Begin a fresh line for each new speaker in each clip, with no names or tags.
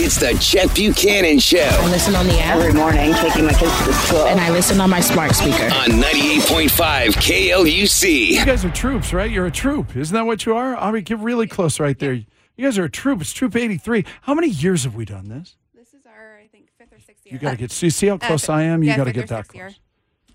It's the Chet Buchanan Show
I listen on the app
every morning taking my kids to the school.
and I listen on my smart speaker.
on 98.5 KLUC.
You guys are troops, right? You're a troop. Isn't that what you are? I mean, get really close right there. You guys are a troop. It's Troop 83. How many years have we done this?
This is our, I think, fifth or sixth year.
You got to get, see, see how close I am? You
Uh, yeah,
got to
fifth
get
or
that
sixth year.
close.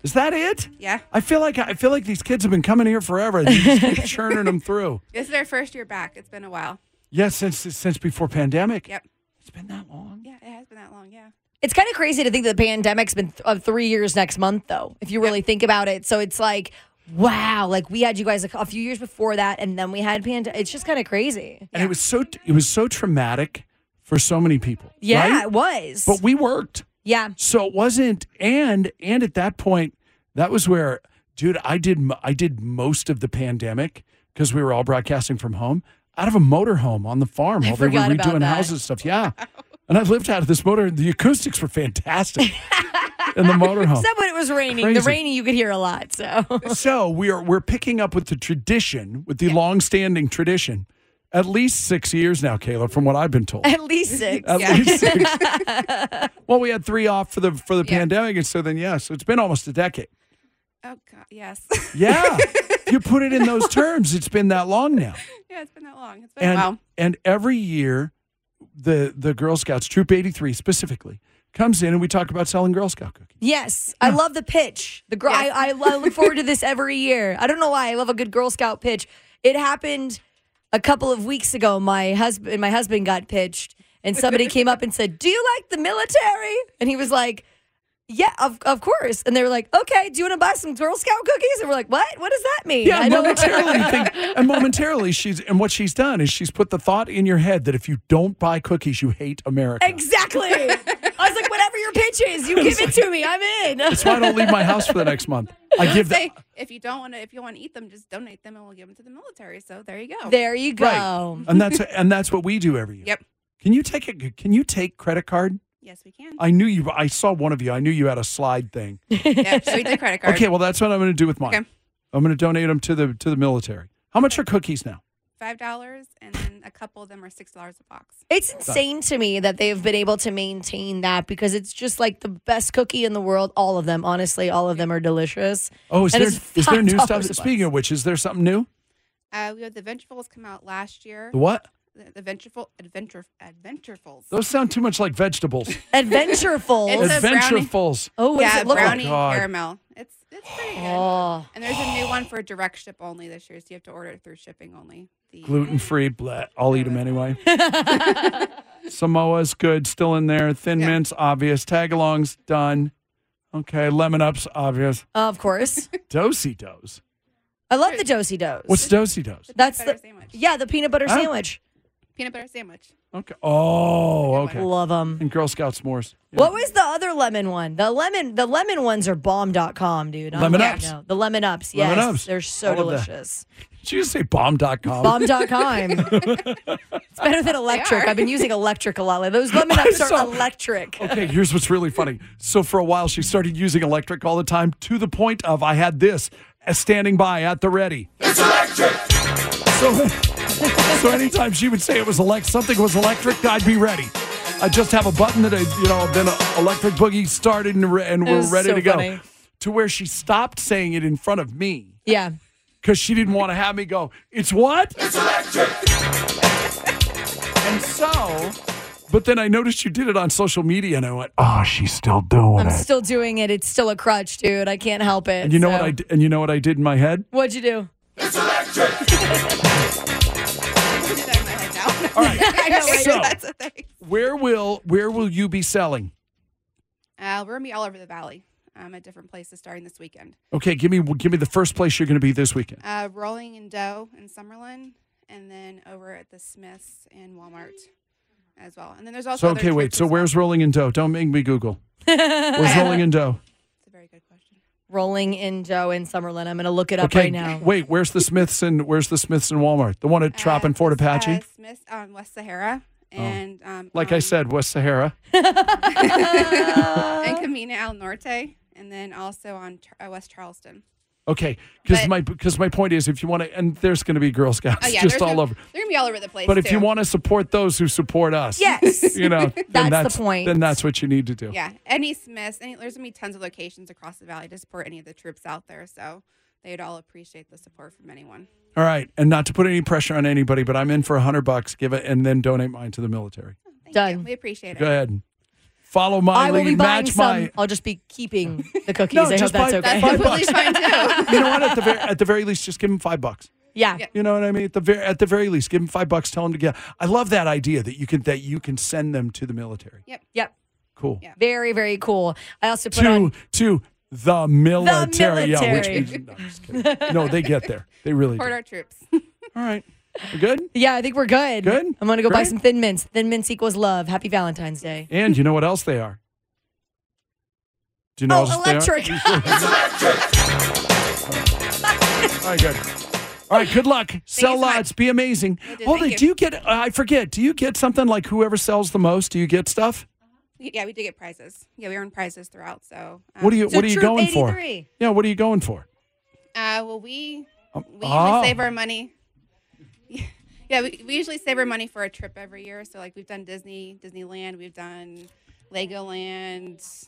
Is that it?
Yeah.
I feel like I feel like these kids have been coming here forever. You just keep churning them through.
This is our first year back. It's been a while.
Yes, since since before pandemic.
Yep.
It's been that long.
Yeah, it has been that long. Yeah.
It's kind of crazy to think that the pandemic's been th- of three years next month, though, if you really think about it. So it's like, wow, like we had you guys a, a few years before that, and then we had pandemic. It's just kind of crazy.
And it was so it was so traumatic for so many people.
Yeah,
right?
it was.
But we worked.
yeah.
So it wasn't, and and at that point, that was where, dude, I did m- I did most of the pandemic because we were all broadcasting from home out of a motorhome on the farm while they were
forgot about
redoing
that.
houses and stuff. Yeah, and I lived out of this motor. The acoustics were fantastic in the motorhome.
Except when it was raining. The
Oh, Crazy.
raining you could hear a lot. So
so we are we're picking up with the tradition, with the long-standing tradition, at least six years now, Kayla, from what I've been told.
at least six.
At
yeah.
least six. well, we had three off for the for the pandemic, and so then yeah, so it's been almost a decade.
Oh God. Yes.
Yeah. If you put it in those terms, it's been that long now.
yeah, it's been that long. It's been
And
a while.
and every year the the Girl Scouts, Troop 83 specifically, comes in and we talk about selling Girl Scout cookies.
Yes, I love the pitch. The girl, I, I, I look forward to this every year. I don't know why I love a good Girl Scout pitch. It happened a couple of weeks ago. My husband, my husband got pitched, and somebody came up and said, "Do you like the military?" And he was like, "Yeah, of, of course." And they were like, "Okay, do you want to buy some Girl Scout cookies?" And we're like, "What? What does that mean?"
Yeah,
I don't-
momentarily think and momentarily she's and what she's done is she's put the thought in your head that if you don't buy cookies, you hate America.
exactly. I was like, "Whatever your pitch is, you give it to me. I'm in."
That's why I don't leave my house for the next month. I give that
Say if you don't want to, if you want to eat them, just donate them and we'll give them to the military. So there you go.
There you go.
right. And that's and that's what we do every year.
Yep.
Can you take a can you take credit card?
Yes, we can.
I knew you I saw one of you. I knew you had a slide thing.
yeah, so we did credit card.
Okay, well that's what I'm going to do with mine.
Okay.
I'm going to donate them to the to the military. How much are cookies now?
Five dollars, and then a couple of them are six dollars a box.
It's insane to me that they've been able to maintain that because it's just like the best cookie in the world. All of them, honestly, all of them are delicious.
Oh, is
And
there
it's
is there new stuff?
$5 a
Speaking of which, is there something new?
Uh, we had the Venturefuls come out last year.
The what?
The, the Ventureful Adventure Adventurefuls.
Those sound too much like vegetables.
It's
Adventureful.
a brownie.
Adventurefuls.
Oh, what does
yeah,
it look
brownie
like?
God.
caramel. It's it's pretty good.
Oh,
And there's a new one for direct ship only this year, so you have to order it through shipping only. The
Gluten free. Bleh. I'll eat them anyway. Samoa's good, still in there. Thin
Yeah.
mints, obvious. Tagalongs done. Okay, lemon ups, obvious.
of course.
Dosey does.
I love the Josie Do's.
What's dosey does?
That's
Peanut butter
the
sandwich.
yeah, the peanut butter
Huh?
sandwich.
peanut butter sandwich.
Okay. Oh,
Good
okay.
Love them.
And Girl Scout s'mores. Yeah.
What was the other lemon one? The lemon, the lemon ones are bomb.com, dude. I'm
Lemon
like,
Ups.
no. The lemon ups. Yes,
Lemon Ups.
they're so
All of that.
delicious.
Did you just say bomb.com?
Bomb.com. it's better than electric.
are.
I've been using electric a lot. Like, Those lemon ups are
saw- Oh.
electric.
Okay, here's what's really funny. So for a while, she started using electric all the time to the point of I had this as standing by at the ready. It's electric. So, so anytime she would say it was elect, something was electric, I'd be ready. I just have a button that I, you know, then electric boogie started and, re- and we're
was
ready
so
to go.
funny.
To where she stopped saying it in front of me
Yeah.
because she didn't want to have me go, it's what? It's electric. and so, but then I noticed you did it on social media and I went, oh, she's still doing
I'm
it.
still doing it. It's still a crutch, dude. I can't help it.
and you know what
So-
I d- and you know what I did in my head?
What'd you do?
I did that in my head now.
All right.
I know, right?
So-
That's a thing.
where will where will you be selling?
Uh, we're gonna be all over the valley. Um, at different places starting this weekend.
Okay, give me give me the first place you're going to be this weekend.
Uh, Rolling in Dough in Summerlin, and then over at the Smiths and Walmart. as well. And then there's also
So
other
okay, wait.
churches-
So where's Rolling in Dough? Don't make me Google. Where's Rolling in Dough?
That's a very good question.
Rolling in Joe in Summerlin. I'm going to look it up
okay,
right now.
wait. Where's the Smiths and where's the Smiths and Walmart? The one at Trop and Fort Apache. Oh.
Uh, Smith, um, West Sahara, and um,
like
um,
I said, West Sahara.
and
Uh-huh.
Camino Al Norte, and then also on Ch- uh, West Charleston.
Okay, because
But-
my because my point is, if you want to, and there's going to be Girl Scouts
Oh yeah,
just
there's
all
no-
over.
They're gonna be all over the place.
But if you
too.
want to support those who support us,
Yes.
you know, then
That's the
that's,
point.
Then that's what you need to do.
yeah, any Smiths, any, there's gonna be tons of locations across the valley to support any of the troops out there. So they'd all appreciate the support from anyone.
All right, and not to put any pressure on anybody, but I'm in for a hundred bucks. Give it, and then donate mine to the military.
Thank
Done.
You. We appreciate it.
Go ahead, and follow my
I will
lead,
be buying
match
some.
my.
I'll just be keeping the cookies.
No,
I hope
just
that's
buy-
That's
okay.
Five
completely fine too.
You know what? At the very, at the very least, just give him five bucks.
yeah.
Yeah.
You know what I mean? At the very, at the very least, give him five bucks. Tell him to get. I love that idea that you can that you can send them to the military.
Yep.
Cool.
Yeah.
Very, very cool. I also put
to
on
to the military. Yeah, which
military.
means- no, I'm just kidding. no, they get there. They really do.
Support
All
our troops.
right. We're good?
Yeah, I think we're good.
Good?
I'm gonna go buy
Great.
some thin mints. Thin mints equals love. Happy Valentine's Day.
And you know what else they are? Do you know
oh,
what else
electric.
They are? All right, good. All right, good luck. Sell
so much.
lots. Be amazing.
Will do.
Oh,
Thank
they
you.
do get, I forget, do you get something like whoever sells the most? Do you get stuff?
Yeah, we did get prizes. Yeah, we earned prizes throughout. So um,
What are you,
So
what are you
Troop
going for?
83.
Yeah, what are you going for?
Uh, well, we
Um,
we
oh.
usually save our money. Yeah, we, we usually save our money for a trip every year. So like we've done Disney, Disneyland, we've done Legoland,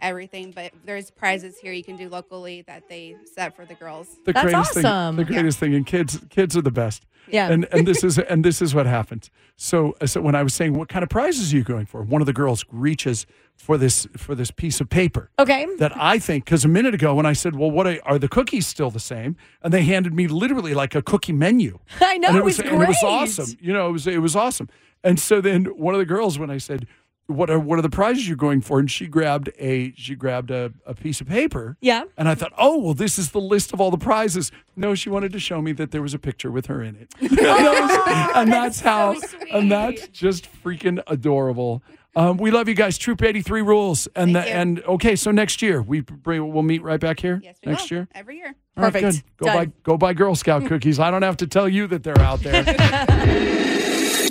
everything. But there's prizes here you can do locally that they set for the girls.
the
That's
greatest
awesome.
thing the greatest thing and kids kids are the best
Yeah.
and and this is and this is what happened so uh, so when i was saying what kind of prizes are you going for one of the girls reaches for this for this piece of paper
Okay.
that i think because a minute ago when i said well what are, are the cookies still the same and they handed me literally like a cookie menu
I know,
and
it was
and it was
great.
awesome you know it was it was awesome and so then one of the girls when i said what are what are the prizes you're going for and she grabbed a she grabbed a, a piece of paper
Yeah.
and I thought, oh, well, this is the list of all the prizes. No, she wanted to show me that there was a picture with her in it. And that
Oh,
was- and that's, how, and that's just freaking adorable. Um, we love you guys. Troop 83 rules. And the,
you.
and okay, so next year we bring, we'll meet right back here
Yes, we
next
will.
year.
every year.
All right,
Perfect.
good. Go
Done.
buy go buy Girl Scout cookies. I don't have to tell you that they're out there.
The